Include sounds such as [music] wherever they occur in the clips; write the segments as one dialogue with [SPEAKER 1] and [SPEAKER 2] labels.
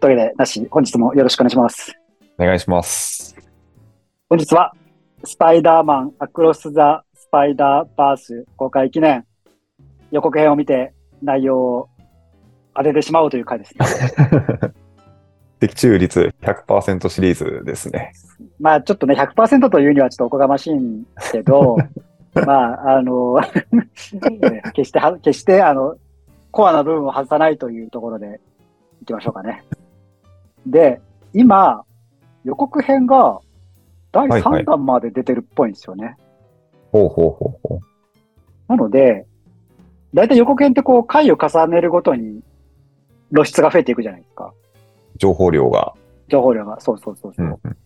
[SPEAKER 1] というわけで、なし、本日もよろしくお願いします。
[SPEAKER 2] お願いします。
[SPEAKER 1] 本日は、スパイダーマン、アクロス・ザ・スパイダーバース公開記念、予告編を見て内容を当ててしまおうという回ですね。
[SPEAKER 2] 的中率100%シリーズですね。
[SPEAKER 1] まあ、ちょっとね、100%というにはちょっとおこがましいんですけど、まあ、あの、決しては、決して、あの、コアな部分を外さないというところでいきましょうかね。で、今、予告編が第
[SPEAKER 2] はいはい
[SPEAKER 1] 3弾まで出てるっぽいんですよね。
[SPEAKER 2] ほうほうほうほう。
[SPEAKER 1] なので、だいたい予告編ってこう、回を重ねるごとに露出が増えていくじゃないですか。
[SPEAKER 2] 情報量が。
[SPEAKER 1] 情報量が。そうそうそうそう。
[SPEAKER 2] うんうん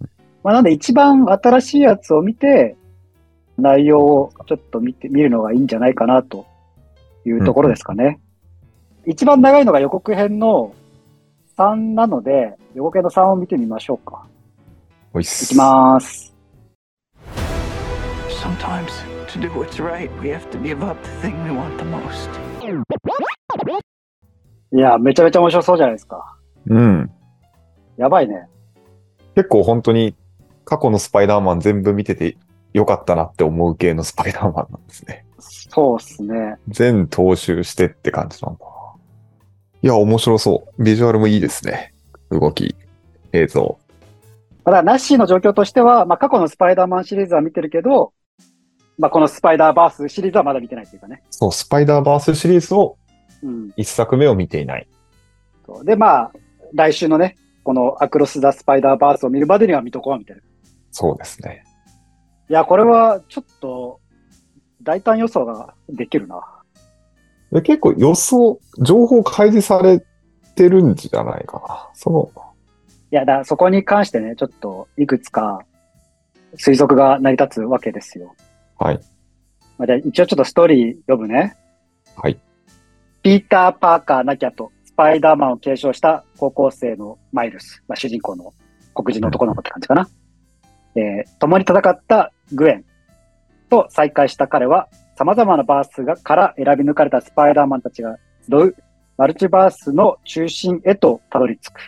[SPEAKER 1] まあ、なんで一番新しいやつを見て、内容をちょっと見て、見るのがいいんじゃないかなというところですかね。一番長いのが予告編の3なので、予告編の3を見てみましょうか。
[SPEAKER 2] おいっす。
[SPEAKER 1] いきまーす。
[SPEAKER 3] Sometimes, to do what's right, we have to give up the thing we want the most.
[SPEAKER 1] いや、めちゃめちゃ面白そうじゃないですか。
[SPEAKER 2] うん。
[SPEAKER 1] やばいね。
[SPEAKER 2] 結構本当に過去のスパイダーマン全部見ててよかったなって思う系のスパイダーマンなんですね。
[SPEAKER 1] そうっすね。
[SPEAKER 2] 全踏襲してって感じなんだな。いや、面白そう。ビジュアルもいいですね。動き、映像。
[SPEAKER 1] ただ、ナッシーの状況としては、まあ、過去のスパイダーマンシリーズは見てるけど、まあ、このスパイダーバースシリーズはまだ見てないっていうかね。
[SPEAKER 2] そう、スパイダーバースシリーズを
[SPEAKER 1] うん。
[SPEAKER 2] 一作目を見ていない。
[SPEAKER 1] そうで、まあ、来週のね、このアクロス・ザ・スパイダーバースを見るまでには見とこうみたいな。い
[SPEAKER 2] そうですね。
[SPEAKER 1] や、これはちょっと、大胆予想ができるな。
[SPEAKER 2] で結構予想、情報開示されてるんじゃないかな。その、
[SPEAKER 1] いや、だからそこに関してね、ちょっと、いくつか推測が成り立つわけですよ。
[SPEAKER 2] はい。
[SPEAKER 1] まあ、じゃあ一応ちょっとストーリー読むね。
[SPEAKER 2] はい。
[SPEAKER 1] ピーター・パーカーなきゃと、スパイダーマンを継承した高校生のマイルス、まあ、主人公の黒人の男の子って感じかな。えー共に戦ったグエンと再会した彼は、様々なバースがから選び抜かれたスパイダーマンたちが集うマルチバースの中心へとたどり着く。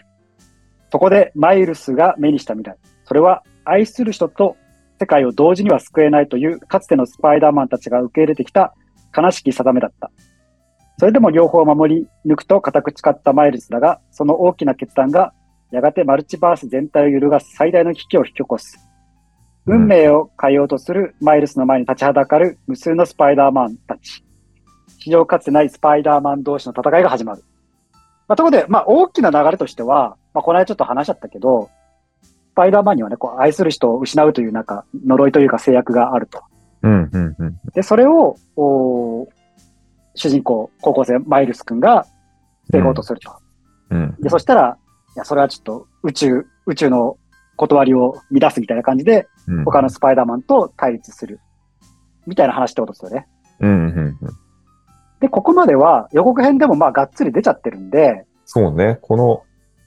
[SPEAKER 1] そこでマイルスが目にした未来。それは愛する人と世界を同時には救えないというかつてのスパイダーマンたちが受け入れてきた悲しき定めだった。それでも両方を守り抜くと固く誓ったマイルスだが、その大きな決断がやがてマルチバース全体を揺るがす最大の危機を引き起こす。運命を変えようとするマイルスの前に立ちはだかる無数のスパイダーマンたち。史上かつてないスパイダーマン同士の戦いが始まる。まあ、ところで、まあ、大きな流れとしては、まあ、この間ちょっと話しちゃったけど、スパイダーマンにはね、こう愛する人を失うというなんか呪いというか制約があると。
[SPEAKER 2] うん、うん、うん。
[SPEAKER 1] で、それを、おー主人公、高校生マイルス君が防ごうとすると。
[SPEAKER 2] うん。
[SPEAKER 1] で、そしたら、いや、それはちょっと宇宙、宇宙の断りを乱すみたいな感じで、
[SPEAKER 2] うん
[SPEAKER 1] 他のスパイダーマンと対立する。みたいな話ってことですよね。
[SPEAKER 2] うん、うん、うん。
[SPEAKER 1] で、ここまでは予告編でもまあがっつり出ちゃってるんで、
[SPEAKER 2] そうね。この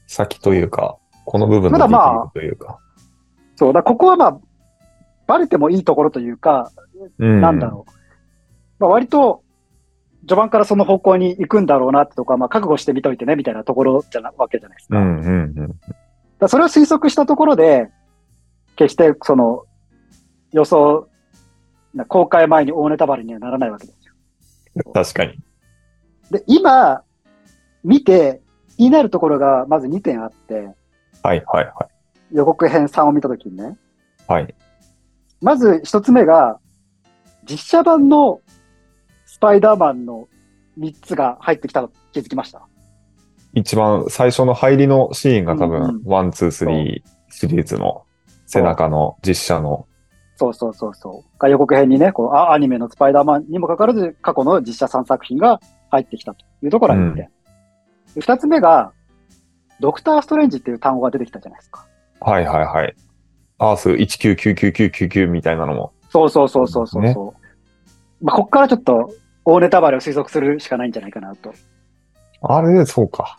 [SPEAKER 2] 先というか、この部分
[SPEAKER 1] ただ
[SPEAKER 2] のディテ
[SPEAKER 1] まあ
[SPEAKER 2] ールというか。
[SPEAKER 1] そう、だからここはまあ、バレてもいいところというか、
[SPEAKER 2] うん
[SPEAKER 1] なんだろう。まあ、割と、序盤からその方向に行くんだろうなってとか、まあ、覚悟してみといてね、みたいなところじゃな、わけじゃないですか。
[SPEAKER 2] う
[SPEAKER 1] だか
[SPEAKER 2] ん、うん、うん。
[SPEAKER 1] らそれを推測したところで、決して、その、予想、な公開前に大ネタバレにはならないわけですよ。
[SPEAKER 2] 確かに。
[SPEAKER 1] で、今、見て、気になるところが、まず2点あって、
[SPEAKER 2] はい、はい、は
[SPEAKER 1] 予告編3を見たときにね。
[SPEAKER 2] い。はい。
[SPEAKER 1] まず1つ目が、実写版のスパイダーマンの3つが入ってきたの気づきました。
[SPEAKER 2] 一番最初の入りのシーンが多
[SPEAKER 1] うん
[SPEAKER 2] 分
[SPEAKER 1] う、
[SPEAKER 2] ワン、ツー、スリーシリーズの背中の実写の。
[SPEAKER 1] そうそうそうそう。が予告編にね、こうあアニメのスパイダーマンにもかかわらず、過去の実写3作品が入ってきたというところが1点。で二、つ目が、ドクター・ストレンジっていう単語が出てきたじゃないですか。
[SPEAKER 2] はい、はい、はい。アース199999みたいなのも。
[SPEAKER 1] そうそうそうそうそうそう。まあ、ここからちょっと大ネタバレを推測するしかないんじゃないかなと。
[SPEAKER 2] あれ、そうか。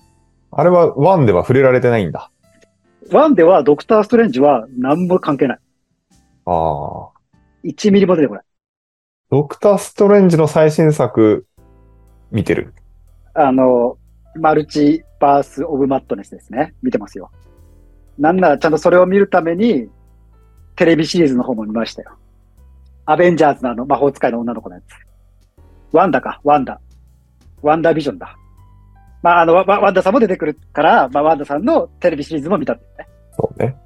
[SPEAKER 2] あれは、ワンでは触れられてないんだ。
[SPEAKER 1] ワンではドクター・ストレンジは何も関係ない。
[SPEAKER 2] ああ。
[SPEAKER 1] 1ミリも出てこない。
[SPEAKER 2] ドクター・ストレンジの最新作、見てる。
[SPEAKER 1] あの、マルチバース・オブ・マットネスですね。見てますよ。なんならちゃんとそれを見るために、テレビシリーズの方も見ましたよ。アベンジャーズのあの魔法使いの女の子のやつ。ワンダか、ワンダ。ワンダービジョンだ。まあ、あの、ワワワンダさんも出てくるから、まあ、ワンダさんのテレビシリーズも見たっていうね。
[SPEAKER 2] そうね。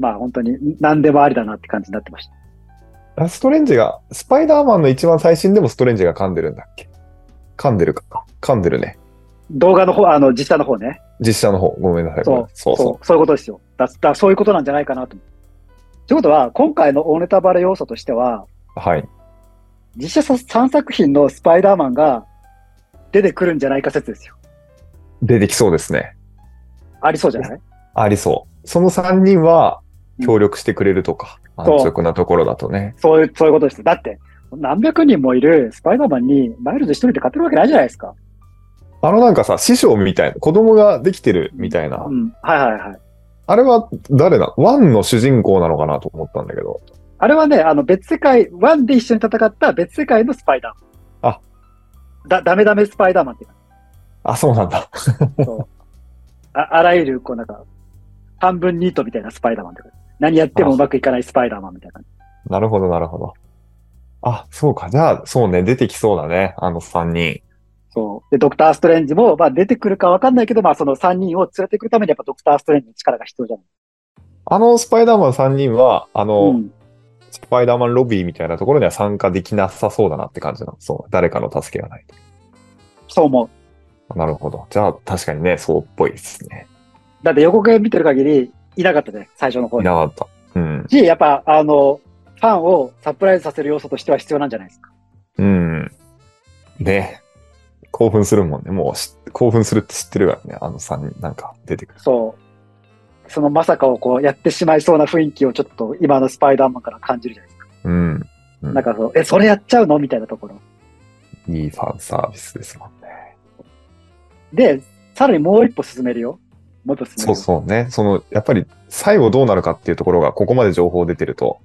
[SPEAKER 1] まあ、本当に何でもありだなって感じになってました。
[SPEAKER 2] ストレンジが、スパイダーマンの一番最新でもストレンジが噛んでるんだっけ噛んでるか。噛んでるね。
[SPEAKER 1] 動画の方、あの、実写の方ね。
[SPEAKER 2] 実写の方、ごめんなさい。
[SPEAKER 1] そう
[SPEAKER 2] そう
[SPEAKER 1] そ、
[SPEAKER 2] そう
[SPEAKER 1] そういうことですよ。だ、だそういうことなんじゃないかなと思う。ということは、今回の大ネタバレ要素としては、
[SPEAKER 2] う。はい。
[SPEAKER 1] 実写3作品のスパイダーマンが出てくるんじゃないか説ですよ。
[SPEAKER 2] 出てきそうですね。
[SPEAKER 1] ありそうじゃない
[SPEAKER 2] ありそう。その3人は協力してくれるとか、
[SPEAKER 1] そう
[SPEAKER 2] 安直なところだとね。
[SPEAKER 1] そういう、そういうことです。だって、何百人もいるスパイダーマンにマイルズ一人で勝てるわけないじゃないですか。
[SPEAKER 2] あのなんかさ、師匠みたいな、子供ができてるみたいな。
[SPEAKER 1] うん。はいはいはい。
[SPEAKER 2] あれは誰なワンの主人公なのかなと思ったんだけど。
[SPEAKER 1] あれはね、あの別世界、ワンで一緒に戦った別世界のスパイダーマン。
[SPEAKER 2] あ
[SPEAKER 1] だ、ダメダメスパイダーマンっていう
[SPEAKER 2] あ、そうなんだ。
[SPEAKER 1] ああらゆる、こうなんか、半分ニートみたいなスパイダーマンとか。何やってもうまくいかないスパイダーマンみたいな。
[SPEAKER 2] [laughs] なるほど、なるほど。あ、そうか。じゃあ、そうね。出てきそうだね。あの3人。
[SPEAKER 1] そう。で、ドクター・ストレンジも、まあ出てくるかわかんないけど、まあその3人を連れてくるためにやっぱドクター・ストレンジの力が必要じゃない。
[SPEAKER 2] あのスパイダーマン3人は、あの、
[SPEAKER 1] うん。
[SPEAKER 2] スパイダーマンロビーみたいなところには参加できなさそうだなって感じなの。そう。誰かの助けがない
[SPEAKER 1] そう思う。
[SPEAKER 2] と。なるほど。じゃあ、確かにね、そうっぽいですね。
[SPEAKER 1] だって予告編見てる限り、いなかったね、最初の方
[SPEAKER 2] い
[SPEAKER 1] に
[SPEAKER 2] な。かった。うん。
[SPEAKER 1] し、やっぱ、あの、ファンをサプライズさせる要素としては必要なんじゃないですか。
[SPEAKER 2] うん。ね。興奮するもんね。もうし、興奮するって知ってるからね。あの3人、なんか出てくる。
[SPEAKER 1] そう。そのまさかをこうやってしまいそうな雰囲気をちょっと今のスパイダーマンから感じるじゃないですか。
[SPEAKER 2] うん。うん
[SPEAKER 1] なんかそう、え、それやっちゃうのみたいなところ。
[SPEAKER 2] いいファンサービスですもんね。
[SPEAKER 1] で、さらにもう一歩進めるよ。もう一歩進める
[SPEAKER 2] そ
[SPEAKER 1] よ。
[SPEAKER 2] うそうね。その、やっぱり最後どうなるかっていうところが、ここまで情報出てると、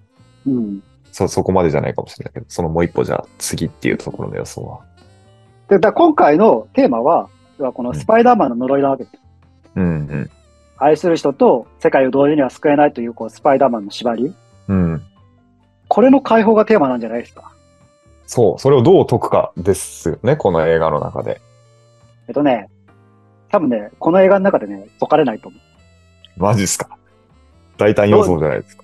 [SPEAKER 1] うん。
[SPEAKER 2] そ、そこまでじゃないかもしれないけど、そのもう一歩じゃあ次っていうところの予想は。
[SPEAKER 1] で、だから今回のテーマは、要はこのスパイダーマンの呪いなわけです。
[SPEAKER 2] うん
[SPEAKER 1] 愛する人と世界を同時には救えないというこうスパイダーマンの縛り。
[SPEAKER 2] うん。うん。
[SPEAKER 1] これの解放がテーマなんじゃないですか。
[SPEAKER 2] そう、それをどう解くかですよね、この映画の中で。
[SPEAKER 1] えっとね、多分ね、この映画の中でね、解かれないと思
[SPEAKER 2] マジっすか。大胆予想じゃないですか。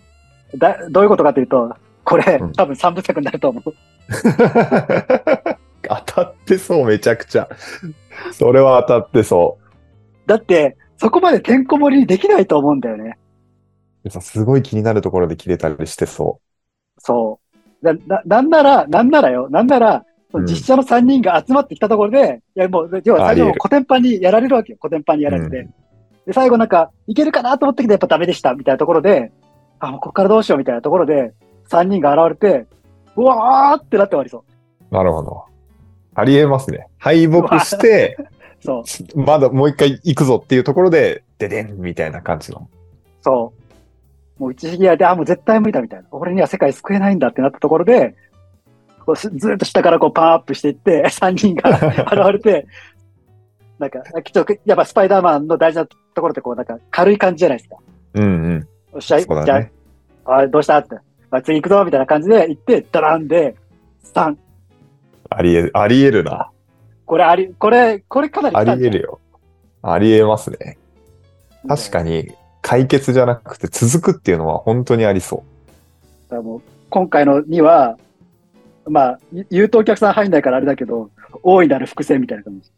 [SPEAKER 1] う。だどういうことかというと、これ、
[SPEAKER 2] うん
[SPEAKER 1] 多分三部作になると思う。
[SPEAKER 2] [laughs] 当たってそう、めちゃくちゃ。それは当たってそ
[SPEAKER 1] だって、そこまでてんこ盛りにできないと思うんだよね。
[SPEAKER 2] う。さすごい気になるところで切れたりしてそ
[SPEAKER 1] そう。な、ななんなら、なんならよ、なんなら、
[SPEAKER 2] うん
[SPEAKER 1] 実写の3人が集まってきたところで、いやもう、要は
[SPEAKER 2] あ
[SPEAKER 1] 最
[SPEAKER 2] り
[SPEAKER 1] 後
[SPEAKER 2] 得
[SPEAKER 1] も
[SPEAKER 2] る
[SPEAKER 1] コテンパンにやられるわけよ、コテンパンにやられて。
[SPEAKER 2] う
[SPEAKER 1] で、最後なんか、いけるかなと思ったけど、やっぱダメでした、みたいなところで、あ、もうこっからどうしようみたいなところで、3人が現れて、うわーってなって終わりそう。
[SPEAKER 2] う。なるほど。ありえますね。敗北して、
[SPEAKER 1] そう、
[SPEAKER 2] まだもう一回行くぞっていうところで、ででんみたいな感じの。
[SPEAKER 1] そう。もう打ちひげやで、あ、もう絶対無理だみたいな。俺には世界救えないんだってなったところで、こうすずーっと下からこうパンアップしていって、3人 [laughs] が現れて、 [laughs] なんか、きっと、やっぱスパイダーマンの大事なところってこう、なんか軽い感じじゃないですか。
[SPEAKER 2] うんうん。
[SPEAKER 1] おっしゃい、
[SPEAKER 2] そう
[SPEAKER 1] じ
[SPEAKER 2] だ
[SPEAKER 1] ゃ
[SPEAKER 2] ね。
[SPEAKER 1] あ、あどうしたって。まあ、次行くぞみたいな感じで行って、ドランで、3。
[SPEAKER 2] ありえ、ありえるな。
[SPEAKER 1] これあり、これ、これかなり
[SPEAKER 2] あ
[SPEAKER 1] 来たん
[SPEAKER 2] り
[SPEAKER 1] じゃ
[SPEAKER 2] え
[SPEAKER 1] ない
[SPEAKER 2] るよ。ありえますね。確か
[SPEAKER 1] に。
[SPEAKER 2] に、解決じゃなくて続くっていうのは本当にありそ
[SPEAKER 1] だからもう今回のには、まあ、言言うとお客さん入んないからあれだけど、大いなる伏線みたいな感じ。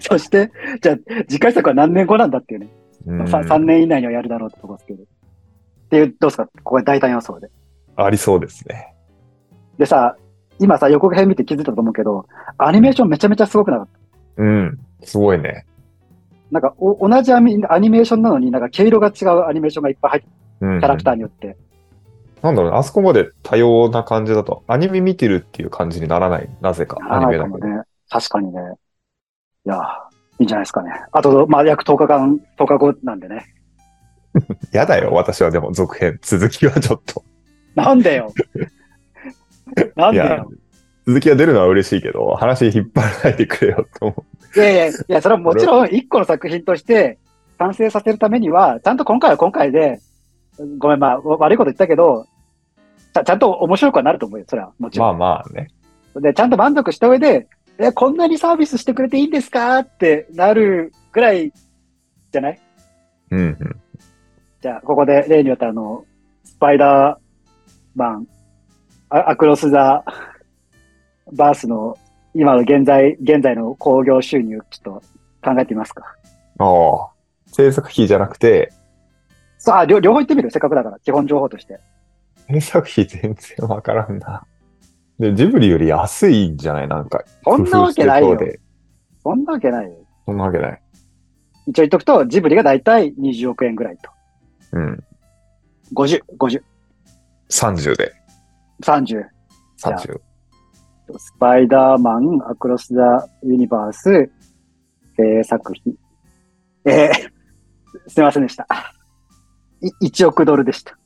[SPEAKER 1] そして、じゃあ、次回作は何年後なんだっていうね。
[SPEAKER 2] う。うん
[SPEAKER 1] まあ、さ 3, 年以内にはやるだろうってとこですけど。っていう、どうですかここが大胆予想で。
[SPEAKER 2] ありそうですね。
[SPEAKER 1] でさ、今さ、予告編見て気づいたと思うけど、アニメーションめちゃめちゃすごくなかった。
[SPEAKER 2] うん。すごいね。
[SPEAKER 1] なんかお、同じアニアニメーションなのに、なんか毛色が違うアニメーションがいっぱい入ってる、
[SPEAKER 2] うんうん
[SPEAKER 1] キャラクターによって。
[SPEAKER 2] なんだろうね、あそこまで多様な感じだと、アニメ見てるっていう感じにならない、なぜか、アニ
[SPEAKER 1] 長
[SPEAKER 2] メ
[SPEAKER 1] い
[SPEAKER 2] だ
[SPEAKER 1] か
[SPEAKER 2] け
[SPEAKER 1] も
[SPEAKER 2] ど。
[SPEAKER 1] ね。確かにね。いやー、いいんじゃないですかね。あと、まあ、約10日間、10日後なんでね。
[SPEAKER 2] やだよ、私はでも続編、続きはちょっと。 [laughs]
[SPEAKER 1] なんでよ。なん
[SPEAKER 2] い
[SPEAKER 1] で
[SPEAKER 2] や
[SPEAKER 1] よ。、
[SPEAKER 2] 続きが出るのは嬉しいけど、話引っ張らないでくれよと思
[SPEAKER 1] いやいやいや、それはもちろん一個の作品として完成させるためには、ちゃんと今回は今回で、ごめん、まあ、悪いこと言ったけど、ちゃちゃんと面白くはなると思うよ、それは。も
[SPEAKER 2] う。
[SPEAKER 1] ちろん
[SPEAKER 2] ま。あまあね。
[SPEAKER 1] で、ちゃんと満足した上で、え、こんなにサービスしてくれていいんですかってなるぐらいじゃない
[SPEAKER 2] うんうん。
[SPEAKER 1] じゃあ、ここで例によってあの、スパイダーマン、アアクロス・ザ・バースの今の現在、現在の興行収入、ちょっと考えてみますか。
[SPEAKER 2] ああ。制作費じゃなくて、
[SPEAKER 1] さあ、両両方言ってみるせっかくだから、基本情報として。
[SPEAKER 2] 制作費全然わからんな。で、ジブリより安いんじゃないなんか。
[SPEAKER 1] そんなわけない
[SPEAKER 2] 工
[SPEAKER 1] よ
[SPEAKER 2] 夫してそうで。
[SPEAKER 1] そんなわけないよ。
[SPEAKER 2] そんなわけない。
[SPEAKER 1] 一応言っとくと、ジブリがだいたい20億円ぐらいと。
[SPEAKER 2] うん。
[SPEAKER 1] 50、50、
[SPEAKER 2] 30で。
[SPEAKER 1] 30。
[SPEAKER 2] 30。
[SPEAKER 1] スパイダーマン、アクロス・ザ・ユニバース、制作費。えー、 [laughs] すいませんでした。い1億ドルでした。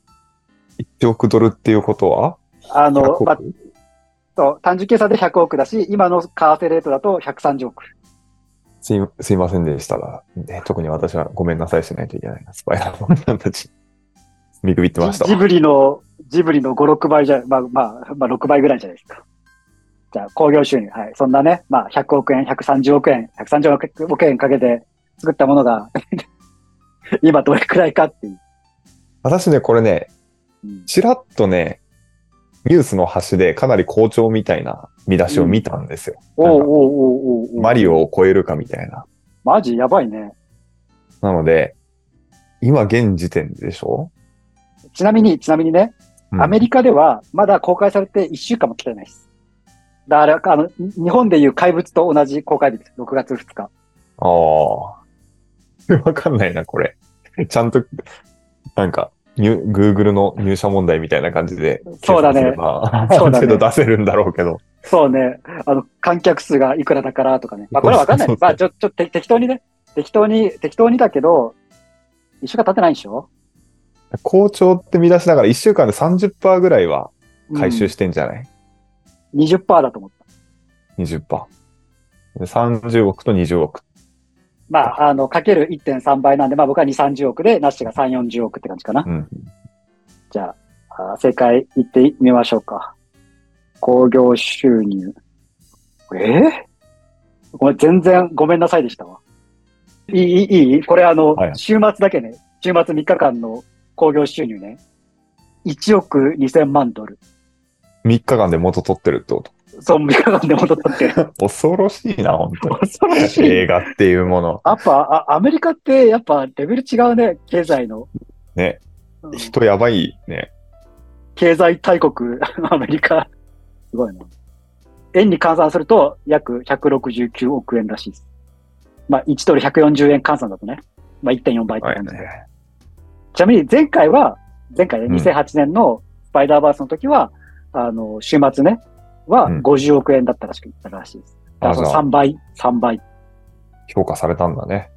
[SPEAKER 2] 1億ドルっていうことは
[SPEAKER 1] あの、
[SPEAKER 2] 100
[SPEAKER 1] まあ
[SPEAKER 2] 億
[SPEAKER 1] そう単純計算で100億だし、今の為替レートだと130億。
[SPEAKER 2] すいすいませんでしたら、ね、特に私はごめんなさいしないといけないな。スパイダーマンさんたち。 [laughs] 見くびってました
[SPEAKER 1] ジジ
[SPEAKER 2] わ。
[SPEAKER 1] ブリの、ジブリの5、6倍じゃ、まあまあ、まあ6倍ぐらいじゃないですか。じゃあ、興行収入。はい。そんなね、まあ100億円、130億円、130億円かけて作ったものが、 [laughs] 今どれくらいかっていう。
[SPEAKER 2] 私ね、これね、
[SPEAKER 1] うん
[SPEAKER 2] ちらっとね、ニュースの端でかなり好調みたいな見出しを見たんですよ。
[SPEAKER 1] おうおうおうおうおう
[SPEAKER 2] マリオを超えるかみたいな。
[SPEAKER 1] マジやばいね。
[SPEAKER 2] なので、今現時点でしょ、
[SPEAKER 1] ちなみに、ちなみにね、
[SPEAKER 2] うん
[SPEAKER 1] アメリカではまだ公開されて1週間も来てないです。だから、あの、に日本でいう怪物と同じ公開日です。6月2日。
[SPEAKER 2] ああ。 [laughs] わかんないな、これ。ちゃんと、なんか、ニュ Google の入社問題みたいな感じで、
[SPEAKER 1] [laughs] そうだね
[SPEAKER 2] 計算すればある
[SPEAKER 1] そうだね
[SPEAKER 2] 程度出せるんだろうけど。
[SPEAKER 1] そうね、あの、観客数がいくらだからとかね。まあ、これはわかんない
[SPEAKER 2] そう。そう
[SPEAKER 1] まあ、ちょ、ちょ、て適当にね、適当に、適当にだけど、1週間経ってないでしょ
[SPEAKER 2] 好調って見出しながら1週間で30%ぐらいは回収
[SPEAKER 1] し、
[SPEAKER 2] してんじゃない、
[SPEAKER 1] うん、20%だと思った。
[SPEAKER 2] ?20%。で30億と20億。
[SPEAKER 1] まあ、あの、かける1.3倍なんで、まあ僕は2、30億で、ナッシュが3、40億って感じかな。
[SPEAKER 2] うん。
[SPEAKER 1] じゃあ、あー正解言ってみましょうか。興行収入。えー、ごめん、全然ごめんなさいでしたわ。いい、いいいい、これあの、
[SPEAKER 2] はい
[SPEAKER 1] 週末だけね、週末3日間の興行収入ね、1億2000万ドル。
[SPEAKER 2] 3日間で元取ってるってこと。
[SPEAKER 1] そう、3日間で戻ったって。
[SPEAKER 2] 恐ろしいな、本当に。
[SPEAKER 1] 恐ろ [laughs] しい。
[SPEAKER 2] 映画っていうもの。
[SPEAKER 1] やっぱあ、アメリカってやっぱレベル違うね、経済の。
[SPEAKER 2] ね
[SPEAKER 1] うん。
[SPEAKER 2] 人やばいね。
[SPEAKER 1] 経済大国、アメリカ。すごいな。円に換算すると約169億円らしいです。まあ、1ドル140円換算だとね。まあ、1.4倍って
[SPEAKER 2] はい
[SPEAKER 1] 感じで。ちなみに前回は、前回ね、
[SPEAKER 2] うん
[SPEAKER 1] 2008年のスパイダーバースの時は、あの、週末ね、は
[SPEAKER 2] うん
[SPEAKER 1] 50億円だったらしく、だったらしいです。だ
[SPEAKER 2] あ
[SPEAKER 1] か
[SPEAKER 2] じ
[SPEAKER 1] ら
[SPEAKER 2] ゃ
[SPEAKER 1] そ
[SPEAKER 2] あ
[SPEAKER 1] の3倍、3倍。っ
[SPEAKER 2] 評価されたんだね。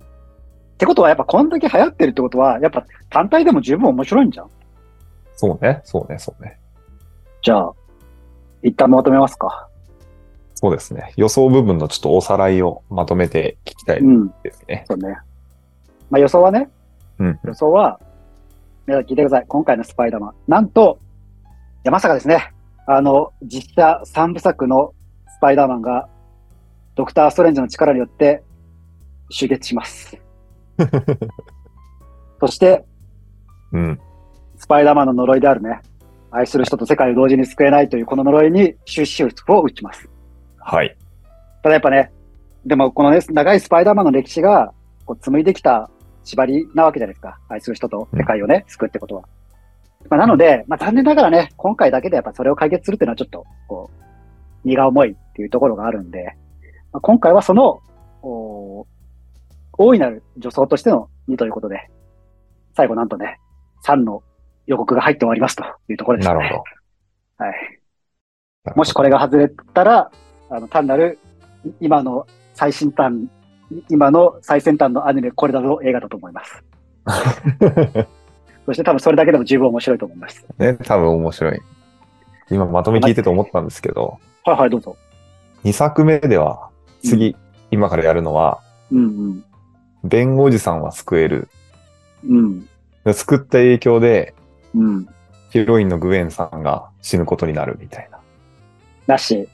[SPEAKER 1] てことは、やっぱこんだけ流行ってるってことは、やっぱ単体でも十分面白いんじゃん
[SPEAKER 2] そうね、そうね、そうね。
[SPEAKER 1] じゃあ、一旦まとめますか。
[SPEAKER 2] そうですね。予想部分のちょっとおさらいをまとめて聞きたい
[SPEAKER 1] うん、
[SPEAKER 2] ですね。
[SPEAKER 1] そうね。まあ予想はね、
[SPEAKER 2] うん。
[SPEAKER 1] 予想は、皆さん聞いてください。今回のスパイダーマン。なんと、いや、まさかですね、あの、実写3部作のスパイダーマンが、ドクター・ストレンジの力によって、集結します。そして、
[SPEAKER 2] うん。
[SPEAKER 1] スパイダーマンの呪いであるね、愛する人と世界を同時に救えないというこの呪いに終止符を打ちます。
[SPEAKER 2] はい。
[SPEAKER 1] ただやっぱね、でもこのね、長いスパイダーマンの歴史がこう紡いできた縛りなわけじゃないですか。愛する人と世界をね、救うってことは。まあ、なので、まあ、残念ながらね、今回だけでやっぱそれを解決するっていうのはちょっと、こう、荷が重いっていうところがあるんで、まあ、今回はその、お大いなる助走としての2ということで、最後なんとね、3の予告が入って終わりますというところです
[SPEAKER 2] な
[SPEAKER 1] ね。
[SPEAKER 2] るほど。
[SPEAKER 1] はい。
[SPEAKER 2] なるほど
[SPEAKER 1] もしこれが外れたら、あの単なるい今の最新端、い今の最先端のアニメ、これだぞ映画だと思います。 [laughs] そして多分それだけでも十分面白いと思います。
[SPEAKER 2] ね、多分面白い。今まとめ聞いてて思ったんですけど、
[SPEAKER 1] はいはい、どうぞ。
[SPEAKER 2] 2作目では、次、今からやるのは、
[SPEAKER 1] うん
[SPEAKER 2] 弁護士さんは救える。
[SPEAKER 1] うん。うん。
[SPEAKER 2] 救った影響で、
[SPEAKER 1] うん。
[SPEAKER 2] ヒロインのグエンさんが死ぬことになるみたいな。
[SPEAKER 1] だし、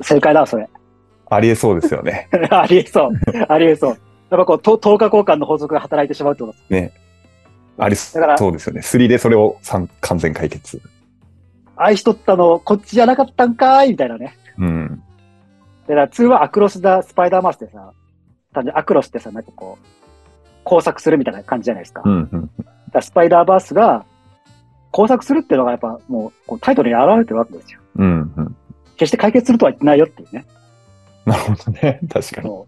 [SPEAKER 1] 正解だわ、それ。 [laughs]
[SPEAKER 2] ありえそうですよね。
[SPEAKER 1] ありえそう。ありえそう。やっぱこう、と等価交換の法則が働いてしまうってことです。
[SPEAKER 2] あり
[SPEAKER 1] だから
[SPEAKER 2] そうですよね。3でそれをさん完全解決。
[SPEAKER 1] 愛しとったの、こっちじゃなかったんかーいみたいなね。
[SPEAKER 2] うん。
[SPEAKER 1] でだから、2はアクロス・だスパイダーマウスでさ、単純にアクロスってさ、なんかこう、工作するみたいな感じじゃないですか。
[SPEAKER 2] うん、うん。
[SPEAKER 1] だからスパイダーバースが工作するっていうのがやっぱもうこうタイトルに表れてるわけですよ。
[SPEAKER 2] うん、うん。
[SPEAKER 1] 決して解決するとは言ってないよっていうね。
[SPEAKER 2] なるほどね。 [laughs] 確かに。
[SPEAKER 1] そ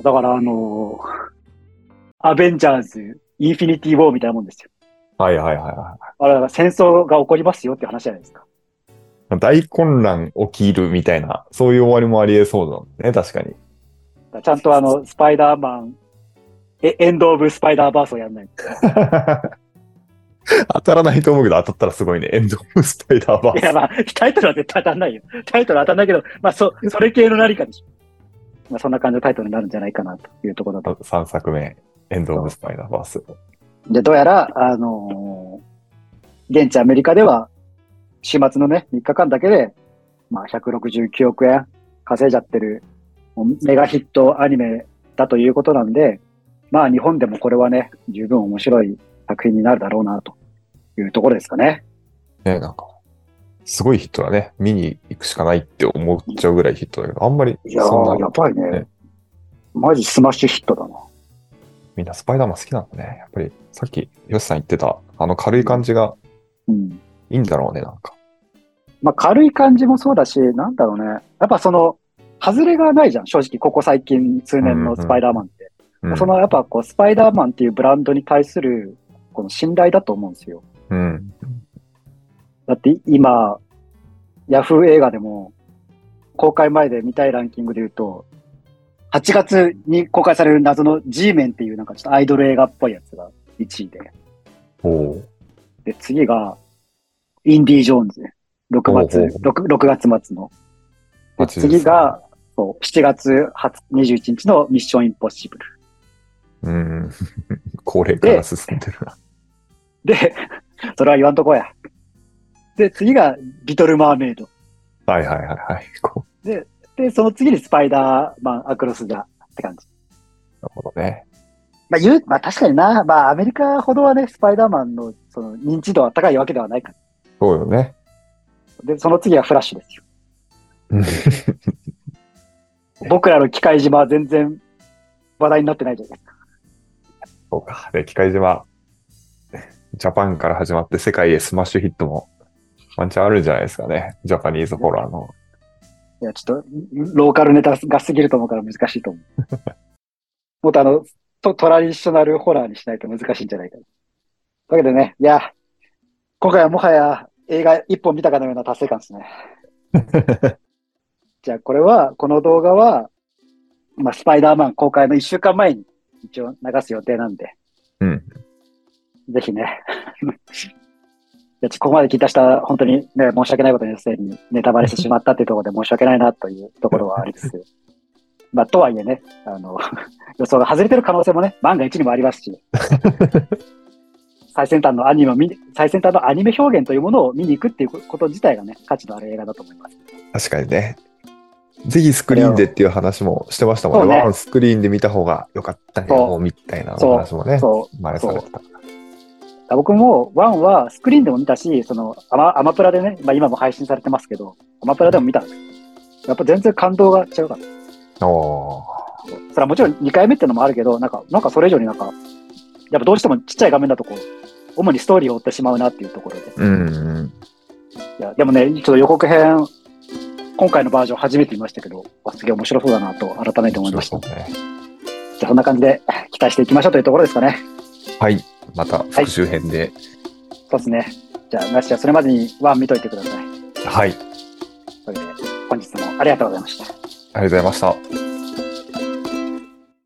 [SPEAKER 1] うだからあのーアベンジャーズ、インフィニティ・ウォーみたいなもんですよ。
[SPEAKER 2] はいはいはいは
[SPEAKER 1] あれだから戦争が起こりますよっていう話じゃないですか。
[SPEAKER 2] い。大混乱起きるみたいな、そういう終わりもありえそうだね。確かに。 [laughs]
[SPEAKER 1] だからちゃんとあの、スパイダーマン、えエンド・オブ・スパイダーバースをやんない。
[SPEAKER 2] 当たらないと思うけど、当たったらすごいね。エンド・オブ・スパイダーバ
[SPEAKER 1] いや
[SPEAKER 2] ー
[SPEAKER 1] まあ、タイトルは絶対当たんないよ。タイトルは当たんないけど、まあそ、それ系の何かでしょ。まあそんな感じのタイトルになるんじゃないかなというところだと
[SPEAKER 2] ス。3作目、エンド・オブ・スパイダーバース。
[SPEAKER 1] で、どうやら、あのー現地アメリカでは、週末のね、3日間だけで、まあ、169億円稼いじゃってる、もうメガヒットアニメだということなんで、まあ、日本でもこれはね、十分面白い作品になるだろうな、というところですかね。
[SPEAKER 2] ね、なんか、すごいヒットだね。見に行くしかないって思っちゃうぐらいヒットだけど、あんまりそんな、
[SPEAKER 1] ばいね
[SPEAKER 2] ね
[SPEAKER 1] マジスマッシュヒットだな。
[SPEAKER 2] みんなスパイダーマン好きなんだね。やっぱり、さっき、ヨシさん言ってた、あの軽い感じが
[SPEAKER 1] うん。
[SPEAKER 2] いいんだろうね、なんか。
[SPEAKER 1] まあ、軽い感じもそうだし、なんだろうね。やっぱその、外れがないじゃん、正直、ここ最近、数年のスパイダーマンって。
[SPEAKER 2] うん、
[SPEAKER 1] そのやっぱこうスパイダーマンっていうブランドに対するこの信頼だと思うんですよ。
[SPEAKER 2] うん。
[SPEAKER 1] だって今、ヤフー映画でも公開前で見たいランキングで言うと、8月に公開される謎の G メンっていうなんかちょっとアイドル映画っぽいやつが1位で。
[SPEAKER 2] おー
[SPEAKER 1] で、次がインディ・ジョーンズ。6月、
[SPEAKER 2] ほうほう
[SPEAKER 1] 6, 6月末の。で
[SPEAKER 2] マジです
[SPEAKER 1] 次がそう7月20 21日のミッション・インポッシブル。
[SPEAKER 2] うん。 [laughs] 高齢化が進んでるな。
[SPEAKER 1] で、 [laughs] それは言わんとこや。で、次が、リトル・マーメイド。
[SPEAKER 2] はいはいはいはい。こう
[SPEAKER 1] で、その次にスパイダーマン、アクロス・ザって感じ。
[SPEAKER 2] なるほどね。
[SPEAKER 1] まあ、言う、まあ確かにな、まあアメリカほどはね、スパイダーマンのその認知度は高いわけではないから。
[SPEAKER 2] そうよね。
[SPEAKER 1] で、その次はフラッシュですよ。
[SPEAKER 2] うん
[SPEAKER 1] 僕らの機械島は全然話題になってないじゃないですか。
[SPEAKER 2] そうか。で、機械島、ジャパンから始まって世界へスマッシュヒットもワンチャンあるんじゃないですかね。ジャパニーズホラーの。
[SPEAKER 1] いや、ちょっと、ローカルネタが過ぎると思うから難しいと思う。 [laughs] もっとあの、トトラディショナルホラーにしないと難しいんじゃないかな。というわけでね、いや、今回はもはや映画一本見たかのような達成感
[SPEAKER 2] [laughs]
[SPEAKER 1] ですね。じゃあこれは、この動画は、まあ、スパイダーマン公開の1週間前に一応流す予定なんで、
[SPEAKER 2] うん。
[SPEAKER 1] ぜひね。いやちょここまで聞いた人は本当にね、申し訳ないことに、すでにネタバレしてしまったっていうところで申し訳ないなというところはありつつ、まあ、とはいえね、あの、 [laughs] 予想が外れてる可能性もね、万が一にもありますし、最先端のアニメを見に、最先端のアニメ表現というものを見に行くっていうこと自体がね、価値のある映画だと思います。
[SPEAKER 2] 確かにね。ぜひスクリーンでっていう話もしてましたもん
[SPEAKER 1] そう
[SPEAKER 2] ね。
[SPEAKER 1] ね
[SPEAKER 2] ワンスクリーンで見た方が良かったんや
[SPEAKER 1] そ
[SPEAKER 2] ろ
[SPEAKER 1] う
[SPEAKER 2] うみたいなお話もね、
[SPEAKER 1] そう、
[SPEAKER 2] 前されてた。
[SPEAKER 1] 僕も1はスクリーンでも見たし、そのアマアマプラでね、まあ、今も配信されてますけど、アマプラでも見たんですけど、やっぱ全然感動が違うから、
[SPEAKER 2] お
[SPEAKER 1] それはもちろん2回目ってのもあるけど、なんか、なんかそれ以上になんか、やっぱどうしてもちっちゃい画面だとこう、主にストーリーを追ってしまうなっていうところで。
[SPEAKER 2] ーうんうん。
[SPEAKER 1] いや、でもね、ちょっと予告編、今回のバージョン初めて見ましたけど、あすげえ面白そうだなと改めて思いました。
[SPEAKER 2] 面白そうね。
[SPEAKER 1] じゃあそんな感じで期待していきましょうというところですかね。
[SPEAKER 2] はい。また復習編で。
[SPEAKER 1] そうですね。じゃあ、なしはそれまでに1見といてください。
[SPEAKER 2] はい。
[SPEAKER 1] というわけで、本日もありがとうございました。
[SPEAKER 2] ありがとうございました。